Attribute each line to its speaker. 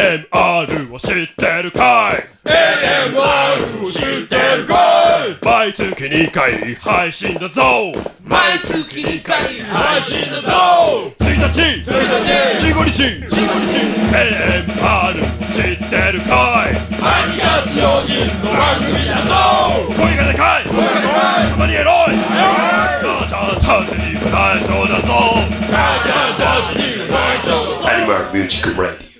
Speaker 1: AMR を知ってるかい
Speaker 2: AMR を知ってるかい
Speaker 1: 毎月2回配信だぞ
Speaker 2: 毎月2回配信だぞ
Speaker 1: 1日
Speaker 2: 1日
Speaker 1: 15日15日 AMR を知ってるかい
Speaker 2: はみ出すようにの番組だぞ
Speaker 1: 声がでかい
Speaker 2: 声がでかい
Speaker 1: たまにエロい
Speaker 2: エ
Speaker 1: ガチャたちに大将だぞ
Speaker 2: 母ちゃんたちに内緒だぞ
Speaker 1: AMR Music Radio